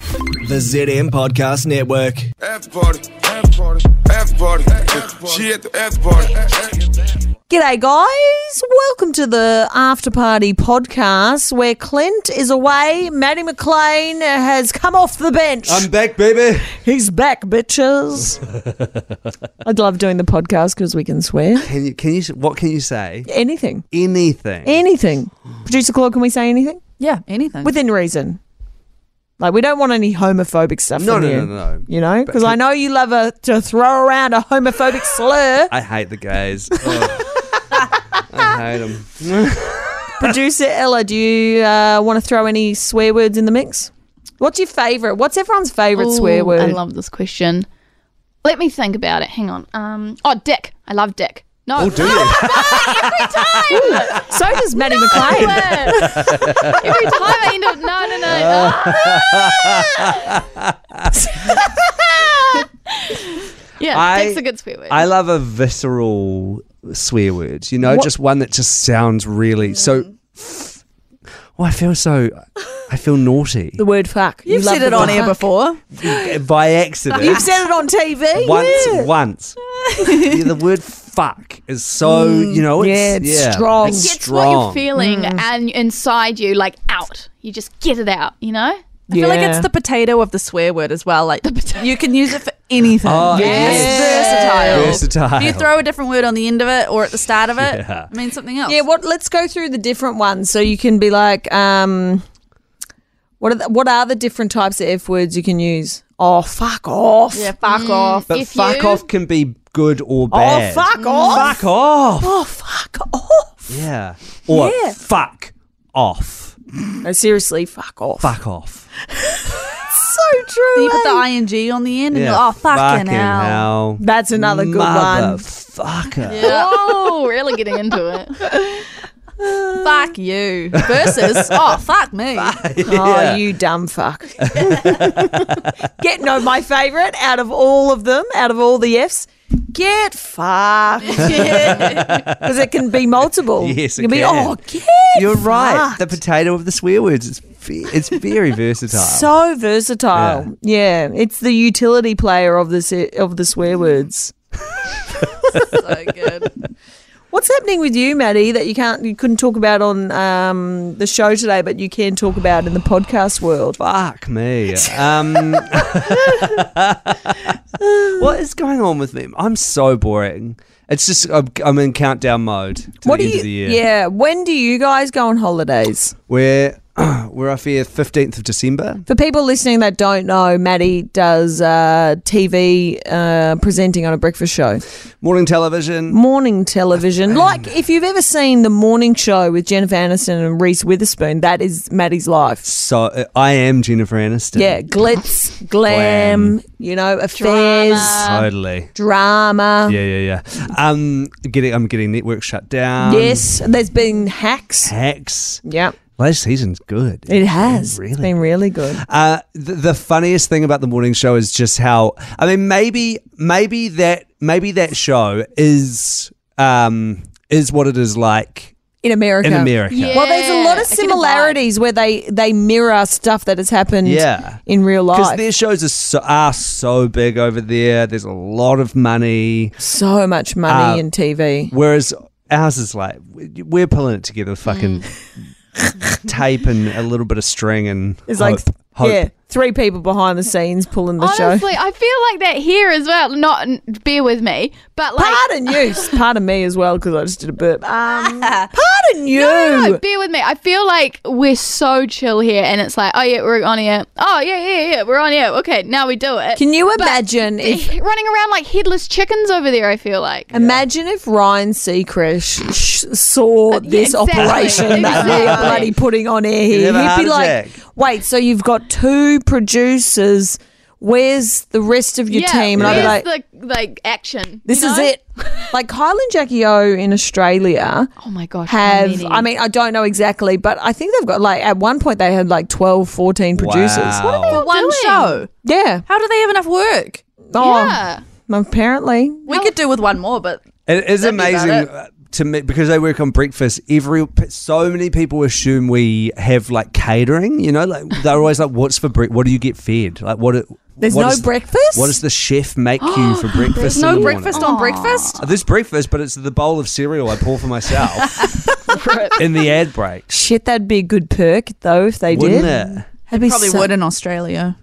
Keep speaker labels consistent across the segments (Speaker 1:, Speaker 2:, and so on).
Speaker 1: The ZM Podcast Network.
Speaker 2: After party, after party, after party. She at the after party.
Speaker 3: G'day, guys. Welcome to the After Party podcast where Clint is away. Maddie McLean has come off the bench.
Speaker 4: I'm back, baby.
Speaker 3: He's back, bitches. I'd love doing the podcast because we can swear.
Speaker 4: Can you? Can you? s- What can you say?
Speaker 3: Anything.
Speaker 4: Anything.
Speaker 3: Anything. Producer Claude, can we say anything?
Speaker 5: Yeah, anything.
Speaker 3: Within reason. Like, we don't want any homophobic stuff.
Speaker 4: no,
Speaker 3: from
Speaker 4: no,
Speaker 3: you,
Speaker 4: no, no, no.
Speaker 3: You know? Because I know you love a, to throw around a homophobic slur.
Speaker 4: I hate the gays. Ugh. I hate them.
Speaker 3: Producer Ella, do you uh, want to throw any swear words in the mix? What's your favourite? What's everyone's favourite
Speaker 6: Ooh,
Speaker 3: swear word?
Speaker 6: I love this question. Let me think about it. Hang on. Um. Oh, dick. I love dick. No.
Speaker 4: Oh, do you?
Speaker 3: so does Maddie McLean.
Speaker 6: Every time I end up, no, no, no. yeah,
Speaker 4: I-
Speaker 6: that's a good swear word.
Speaker 4: I love a visceral swear word. You know, just one that just sounds really
Speaker 3: Mm.
Speaker 4: so. Oh, I feel so. I feel naughty
Speaker 3: The word fuck. You
Speaker 5: You've
Speaker 3: love
Speaker 5: said
Speaker 3: the
Speaker 5: it on
Speaker 3: word
Speaker 5: air
Speaker 3: fuck.
Speaker 5: before.
Speaker 4: by accident.
Speaker 3: You've said it on TV.
Speaker 4: once,
Speaker 3: yeah.
Speaker 4: once. Yeah, the word "fuck" is so you know. It's,
Speaker 3: Mm. yeah, it's strong.
Speaker 4: It's
Speaker 6: Gets what
Speaker 4: strong.
Speaker 6: you're feeling
Speaker 5: Mm.
Speaker 6: and inside you, like out. You just get it out. You know.
Speaker 5: I feel like
Speaker 3: Yeah.
Speaker 5: it's the potato of the swear word as well. Like you can use it for anything.
Speaker 4: Oh,
Speaker 5: It's
Speaker 4: yes.
Speaker 5: versatile.
Speaker 4: Versatile.
Speaker 5: If you throw a different word on the end of it or at the start of it,
Speaker 4: Yeah.
Speaker 5: it means something else.
Speaker 3: Yeah, what let's go through the different ones so you can be like um what are the, what are the different types of F words you can use? Oh, fuck off.
Speaker 5: Yeah, fuck off.
Speaker 4: But
Speaker 6: If
Speaker 4: fuck
Speaker 6: you-
Speaker 4: off can be good or
Speaker 3: Oh,
Speaker 5: Mm.
Speaker 4: bad.
Speaker 3: fuck off.
Speaker 4: Fuck off.
Speaker 3: Oh, fuck off.
Speaker 4: Yeah. Or
Speaker 3: Yeah.
Speaker 4: fuck off.
Speaker 3: No, seriously, fuck off.
Speaker 4: Fuck off.
Speaker 3: So true.
Speaker 5: You put
Speaker 3: eh?
Speaker 5: the ing on the end, and you're like, oh fucking, hell.
Speaker 3: That's another good one.
Speaker 4: Motherfucker.
Speaker 6: Oh, really getting into it.
Speaker 5: Fuck you. Versus, oh fuck me.
Speaker 3: Oh, you dumb fuck. Get no, my favourite out of all of them, out of all the Fs, get fucked. Because it can be multiple.
Speaker 4: Yes, it
Speaker 3: You'll be,
Speaker 4: can.
Speaker 3: oh, get
Speaker 4: You're right.
Speaker 3: fucked."
Speaker 4: The potato of the swear words. It's ve- it's very versatile.
Speaker 3: so versatile. Yeah. it's the utility player of the se- of the swear words.
Speaker 5: Mm. so good.
Speaker 3: What's happening with you, Maddie, that you can't you couldn't talk about on um, the show today, but you can talk about in the podcast world?
Speaker 4: Fuck me. Um, what is going on with me? I'm so boring. It's just I'm, I'm in countdown mode to
Speaker 3: What
Speaker 4: the
Speaker 3: do
Speaker 4: end
Speaker 3: you?
Speaker 4: of the year.
Speaker 3: Yeah, when do you guys go on holidays?
Speaker 4: We're we're off here 15th of December.
Speaker 3: For people listening that don't know, Maddie does uh, TV uh, presenting on a breakfast show,
Speaker 4: Morning television.
Speaker 3: morning television. Like if you've ever seen the morning show with Jennifer Aniston and Reese Witherspoon, that is Maddie's life.
Speaker 4: So uh, I am Jennifer Aniston.
Speaker 3: Yeah, glitz, glam, you know, affairs,
Speaker 4: Totally.
Speaker 3: drama.
Speaker 4: Yeah, yeah, yeah. Um, getting I'm getting network shut down.
Speaker 3: Yes, there's been hacks.
Speaker 4: Hacks.
Speaker 3: Yeah,
Speaker 4: Last season's good.
Speaker 3: it has.
Speaker 4: really
Speaker 3: It's been really good.
Speaker 4: Uh, the, the funniest thing about the morning show is just how I mean maybe maybe that maybe that show is um is what it is like
Speaker 3: In America.
Speaker 4: in America.
Speaker 6: Yeah.
Speaker 3: Well, there's a lot of
Speaker 6: I get a vibe.
Speaker 3: similarities where they, they mirror stuff that has happened
Speaker 4: Yeah.
Speaker 3: in real
Speaker 4: Because
Speaker 3: life.
Speaker 4: their shows are so, are so big over there. There's a lot of money.
Speaker 3: so much money
Speaker 4: Uh,
Speaker 3: in TV.
Speaker 4: Whereas ours is like, we're pulling it together with fucking tape and a little bit of string and
Speaker 3: Mm. It's
Speaker 4: hope.
Speaker 3: like
Speaker 4: hope.
Speaker 3: yeah, three people behind the scenes pulling the show.
Speaker 6: Honestly, I feel like that here as well. Not n- bear with me, but like
Speaker 3: Pardon you, pardon me as well because I just did a burp. Um, pardon you.
Speaker 6: No, no, no, bear with me. I feel like we're so chill here, and it's like, oh yeah, we're on here. Oh yeah, yeah, yeah, we're on here. Okay, now we do it.
Speaker 3: Can you imagine if
Speaker 6: running around like headless chickens over there? I feel like.
Speaker 3: imagine if Ryan Seacrest sh- saw this
Speaker 6: Uh, exactly,
Speaker 3: operation that we are
Speaker 6: exactly.
Speaker 3: bloody putting on air here?
Speaker 4: never
Speaker 3: He'd
Speaker 4: had
Speaker 3: be
Speaker 4: a
Speaker 3: like,
Speaker 4: Jack.
Speaker 3: wait, so you've got two producers. Where's the rest of your
Speaker 6: yeah,
Speaker 3: team? And I'd be
Speaker 6: where's
Speaker 3: like,
Speaker 6: the like action.
Speaker 3: this
Speaker 6: you
Speaker 3: is
Speaker 6: know?
Speaker 3: it. Like Kyle and Jackie O in Australia
Speaker 6: Oh my gosh. how
Speaker 3: have,
Speaker 6: many?
Speaker 3: I mean, I don't know exactly, but I think they've got like, at one point they had like 12, 14 producers.
Speaker 4: Wow.
Speaker 7: For one show.
Speaker 3: Yeah.
Speaker 7: How do they have enough work?
Speaker 3: Oh,
Speaker 6: yeah.
Speaker 3: apparently.
Speaker 7: We could do with one more, but
Speaker 4: It is
Speaker 7: That'd be about
Speaker 4: amazing
Speaker 7: it.
Speaker 4: uh, to me because I work on breakfast. Every so many people assume we have like catering. You know, like they're always like, "What's for breakfast? What do you get fed? Like what?
Speaker 3: There's
Speaker 4: what
Speaker 3: no
Speaker 4: is-
Speaker 3: breakfast?
Speaker 4: What does the chef make you for breakfast?
Speaker 7: there's
Speaker 4: in
Speaker 7: no
Speaker 4: the
Speaker 7: breakfast
Speaker 4: Morning?
Speaker 7: on breakfast.
Speaker 4: Uh, There's breakfast, but it's the bowl of cereal I pour for myself in the ad break.
Speaker 3: Shit, that'd be a good perk though if they
Speaker 4: Wouldn't
Speaker 3: did.
Speaker 4: it?
Speaker 3: That'd be
Speaker 7: Probably
Speaker 3: so-
Speaker 7: would in Australia.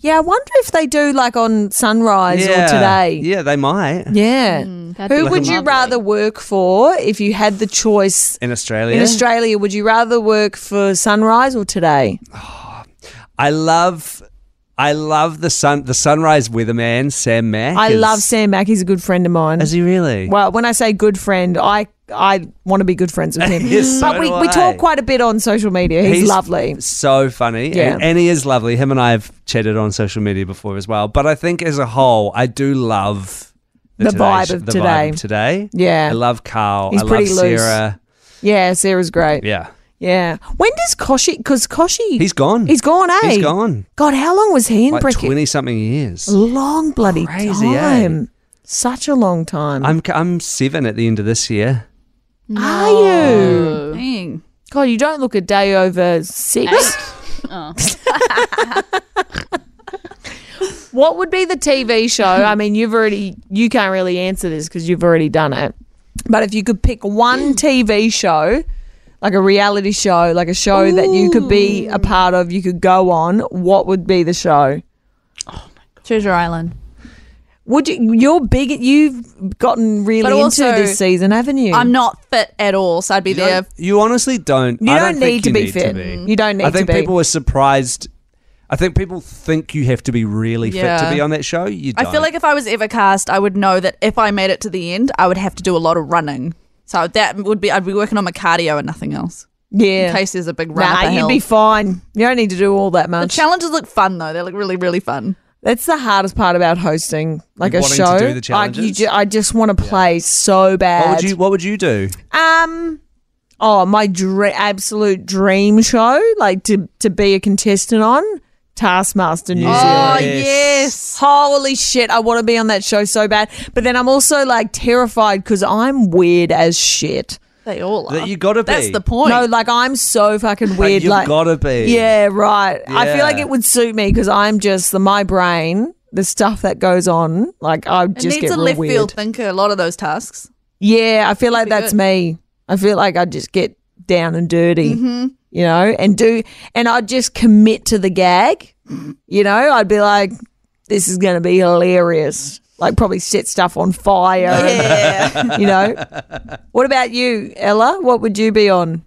Speaker 3: Yeah, I wonder if they do like on Sunrise or today.
Speaker 4: Yeah, they might.
Speaker 3: Yeah.
Speaker 6: Hmm, That'd
Speaker 3: Who
Speaker 6: be
Speaker 3: would you
Speaker 6: lovely.
Speaker 3: rather work for if you had the choice
Speaker 4: In Australia.
Speaker 3: in Australia? Would you rather work for Sunrise or today?
Speaker 4: I love I love the sun the sunrise weatherman, Sam Mack.
Speaker 3: I
Speaker 4: is-
Speaker 3: love Sam Mack. He's a good friend of mine.
Speaker 4: Is he really?
Speaker 3: Well, when I say good friend, I I want to be good friends with him.
Speaker 4: Yes,
Speaker 3: but
Speaker 4: so
Speaker 3: we,
Speaker 4: do
Speaker 3: we
Speaker 4: I.
Speaker 3: talk quite a bit on social media. He's, lovely.
Speaker 4: So funny.
Speaker 3: Yeah.
Speaker 4: And, and he is lovely. Him and I have chatted on social media before as well. But I think as a whole, I do love
Speaker 3: The
Speaker 4: Today
Speaker 3: vibe
Speaker 4: Sh-
Speaker 3: of
Speaker 4: the
Speaker 3: today.
Speaker 4: Vibe of today.
Speaker 3: Yeah.
Speaker 4: I love Carl.
Speaker 3: He's
Speaker 4: I
Speaker 3: pretty
Speaker 4: love
Speaker 3: loose.
Speaker 4: Sarah.
Speaker 3: Yeah, Sarah's great. Yeah.
Speaker 4: Yeah.
Speaker 3: When does Koshi? Because Koshi,
Speaker 4: He's gone.
Speaker 3: he's gone. Eh?
Speaker 4: He's gone.
Speaker 3: God, how long was he in
Speaker 4: Like
Speaker 3: Brick?
Speaker 4: twenty something years.
Speaker 3: Long bloody
Speaker 4: Crazy, eh?
Speaker 3: time. Such a long time.
Speaker 4: I'm I'm seven at the end of this year.
Speaker 3: Are you?
Speaker 7: Dang.
Speaker 3: Oh. God, you don't look a day over six.
Speaker 7: Oh.
Speaker 3: what would be the TV show? I mean, you've already you can't really answer this because you've already done it. But if you could pick
Speaker 7: Mm.
Speaker 3: one TV show, like a reality show, like a show that you could be a part of, you could go on. What would be the show?
Speaker 7: Treasure Island.
Speaker 3: Would you? You're big. You've gotten really
Speaker 7: But also,
Speaker 3: into this season, haven't you?
Speaker 7: I'm not fit at all, so I'd be
Speaker 4: You,
Speaker 7: there.
Speaker 4: don't- you honestly don't.
Speaker 3: You
Speaker 4: I
Speaker 3: don't,
Speaker 4: think
Speaker 3: need to
Speaker 4: you
Speaker 3: be
Speaker 4: need
Speaker 3: fit.
Speaker 4: be.
Speaker 3: You don't need
Speaker 4: I think
Speaker 3: to be.
Speaker 4: people were surprised. I think people think you have to be really fit
Speaker 7: Yeah.
Speaker 4: to be on that show. You don't.
Speaker 7: I feel like if I was ever cast, I would know that if I made it to the end, I would have to do a lot of running. So that would be I'd be working on my cardio and nothing else.
Speaker 3: yeah.
Speaker 7: In case there's a big run.
Speaker 3: Nah,
Speaker 7: up a
Speaker 3: you'd
Speaker 7: hill.
Speaker 3: be fine. You don't need to do all that
Speaker 7: The
Speaker 3: much.
Speaker 7: challenges look fun though. They look really, really fun.
Speaker 3: That's the hardest part about hosting, like a
Speaker 4: Wanting to
Speaker 3: show.
Speaker 4: do the
Speaker 3: like you,
Speaker 4: challenges?
Speaker 3: ju- I just want to play so bad.
Speaker 4: What would you What would you do?
Speaker 3: Um. Oh, my dre- absolute dream show, like to to be a contestant on Taskmaster New
Speaker 4: Yes.
Speaker 3: Zealand.
Speaker 7: Oh yes.
Speaker 3: Holy shit, I want to be on that show so bad. But then I'm also like terrified because I'm weird as shit.
Speaker 7: They all are.
Speaker 4: That you gotta be.
Speaker 7: That's the point.
Speaker 3: No, like I'm so fucking
Speaker 4: Like,
Speaker 3: weird.
Speaker 4: you've
Speaker 3: Like,
Speaker 4: gotta be.
Speaker 3: Yeah, right. I feel like
Speaker 4: Yeah.
Speaker 3: it would suit me because I'm just the my brain, the stuff that goes on. Like I would
Speaker 7: it
Speaker 3: just
Speaker 7: needs
Speaker 3: get
Speaker 7: a
Speaker 3: real
Speaker 7: left
Speaker 3: weird.
Speaker 7: field thinker, a lot of those tasks.
Speaker 3: Yeah, I feel like
Speaker 7: be
Speaker 3: that's
Speaker 7: good.
Speaker 3: me. I feel like I just get down and dirty,
Speaker 7: Mm-hmm.
Speaker 3: you know, and do, and I'd just commit to the gag, you know. I'd be like, this is going to be hilarious. Like probably set stuff on fire,
Speaker 7: Yeah.
Speaker 3: you know. What about you, Ella? What would you be on?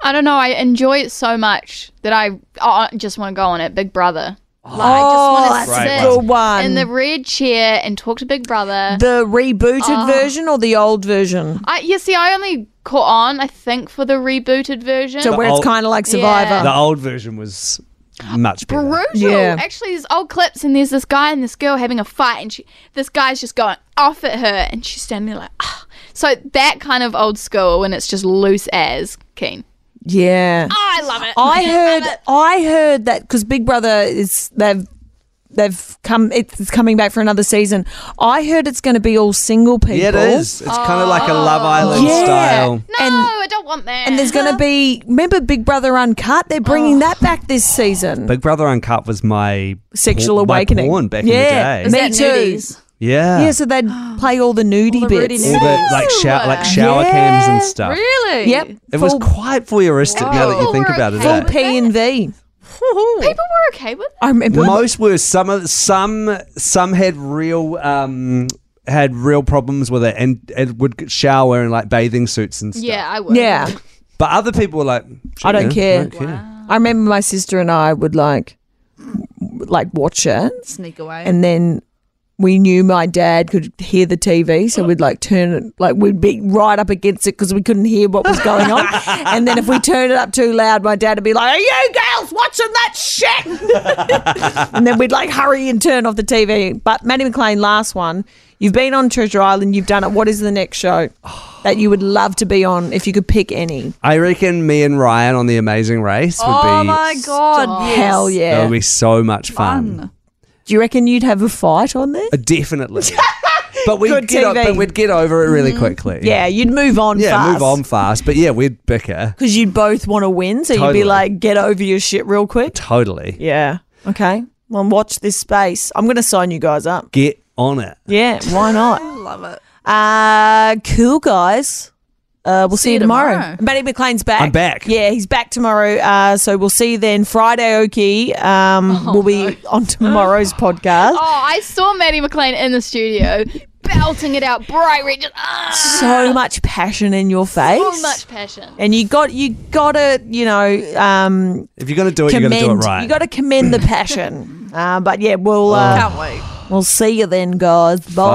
Speaker 6: I don't know. I enjoy it so much that I, oh, I just want to go on it. Big Brother. Like, I just
Speaker 3: Oh,
Speaker 6: want
Speaker 4: that's
Speaker 6: to
Speaker 4: a
Speaker 6: sit
Speaker 3: good one.
Speaker 6: in the red chair and talk to Big Brother.
Speaker 3: Um, The rebooted
Speaker 7: Ah.
Speaker 3: version or the old version?
Speaker 6: I, you see, I only caught on, I think, for the rebooted version.
Speaker 3: So where it's
Speaker 4: old-
Speaker 3: kind of like Survivor.
Speaker 4: The old version was much better.
Speaker 6: brutal.
Speaker 3: Yeah.
Speaker 6: Actually, there's old clips, and there's this guy and this girl having a fight, and she, this guy's just going off at her, and she's standing there like, ah. So that kind of old school, and it's just loose as keen.
Speaker 3: Yeah.
Speaker 6: I love it.
Speaker 3: I heard I heard that because Big Brother is they've they've come it's coming back for another season. I heard it's going to be all single people.
Speaker 4: Yeah, it is. It's kind of like a Love Island
Speaker 3: Oh. Yeah.
Speaker 4: style.
Speaker 6: No,
Speaker 3: And
Speaker 6: I don't want that.
Speaker 3: and there's going to be remember Big Brother Uncut? They're bringing that back this season.
Speaker 4: Big Brother Uncut was my
Speaker 3: Sexual
Speaker 4: por- my
Speaker 3: awakening.
Speaker 4: porn back
Speaker 3: yeah,
Speaker 4: in the
Speaker 7: Is
Speaker 4: day.
Speaker 7: that
Speaker 3: me too.
Speaker 7: nudies?
Speaker 4: Yeah.
Speaker 3: Yeah, so they'd play all the nudie
Speaker 7: All the
Speaker 3: bits.
Speaker 7: rudie
Speaker 4: All the like shower like shower
Speaker 3: Yeah.
Speaker 4: cams and stuff.
Speaker 7: Really?
Speaker 3: Yep.
Speaker 4: It was
Speaker 3: full-
Speaker 4: quite voyeuristic now that you
Speaker 6: Wow.
Speaker 4: think about it.
Speaker 3: full
Speaker 4: eh?
Speaker 3: P and V.
Speaker 6: people were okay with it.
Speaker 3: I remember
Speaker 4: Most were some of some some had real um had real problems with it and, and would shower in like bathing suits and stuff.
Speaker 6: Yeah, I would.
Speaker 3: Yeah.
Speaker 4: But other people were like,
Speaker 3: I don't
Speaker 4: "Shit,
Speaker 3: care."
Speaker 4: man, I don't care.
Speaker 3: I remember my sister and I would like like watch it
Speaker 7: Sneak away.
Speaker 3: and then we knew my dad could hear the TV, so we'd like turn it, like we'd be right up against it because we couldn't hear what was going on. and then if we turned it up too loud, my dad would be like, "Are you girls watching that shit?" and then we'd like hurry and turn off the TV. But Maddie McLean, last one. You've been on Treasure Island. You've done it. What is the next show that you would love to be on if you could pick any?
Speaker 4: I reckon me and Ryan on the Amazing Race would
Speaker 7: Oh
Speaker 4: be.
Speaker 7: my god! Yes.
Speaker 3: Hell
Speaker 4: That
Speaker 3: yeah!
Speaker 4: would be so much fun.
Speaker 3: Do you reckon you'd have a fight on there?
Speaker 4: Uh, Definitely. but we'd
Speaker 3: Good
Speaker 4: get o-
Speaker 3: TV.
Speaker 4: but we'd get over it really quickly.
Speaker 3: Yeah, you'd move on.
Speaker 4: Yeah,
Speaker 3: fast.
Speaker 4: move on fast. But yeah, we'd bicker.
Speaker 3: because you'd both want to win, so you'd
Speaker 4: Totally.
Speaker 3: be like, get over your shit real quick.
Speaker 4: Totally.
Speaker 3: Yeah. Okay. Well, watch this space. I'm going to sign you guys up.
Speaker 4: Get on it.
Speaker 3: Yeah. Why not?
Speaker 7: Love it.
Speaker 3: Uh, cool, guys. Uh, we'll see, you tomorrow.
Speaker 7: tomorrow.
Speaker 3: Matty McLean's back.
Speaker 4: I'm back.
Speaker 3: Yeah, he's back tomorrow. Uh, so we'll see you then. Friday, Oki um, will be on tomorrow's podcast.
Speaker 6: Oh, I saw Maddie McLean in the studio belting it out, bright red, just ah,
Speaker 3: So much passion in your face.
Speaker 6: so much passion.
Speaker 3: And you got you got to you know um,
Speaker 4: If you're gonna do it,
Speaker 3: commend
Speaker 4: you're gonna do it right.
Speaker 3: you got to commend the passion. uh, but yeah, we'll uh,
Speaker 7: Can't wait.
Speaker 3: We'll see you then, guys. Bye.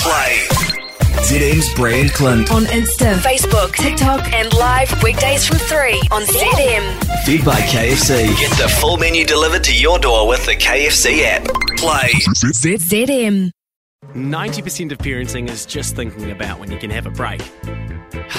Speaker 1: Play. ZM's brand Clint.
Speaker 5: On Insta,
Speaker 8: Facebook, TikTok, and live weekdays from 3 on ZM.
Speaker 1: Fed by KFC. Get the full menu delivered to your door with the KFC app. Play.
Speaker 8: ZM.
Speaker 9: 90% of parenting is just thinking about when you can have a break.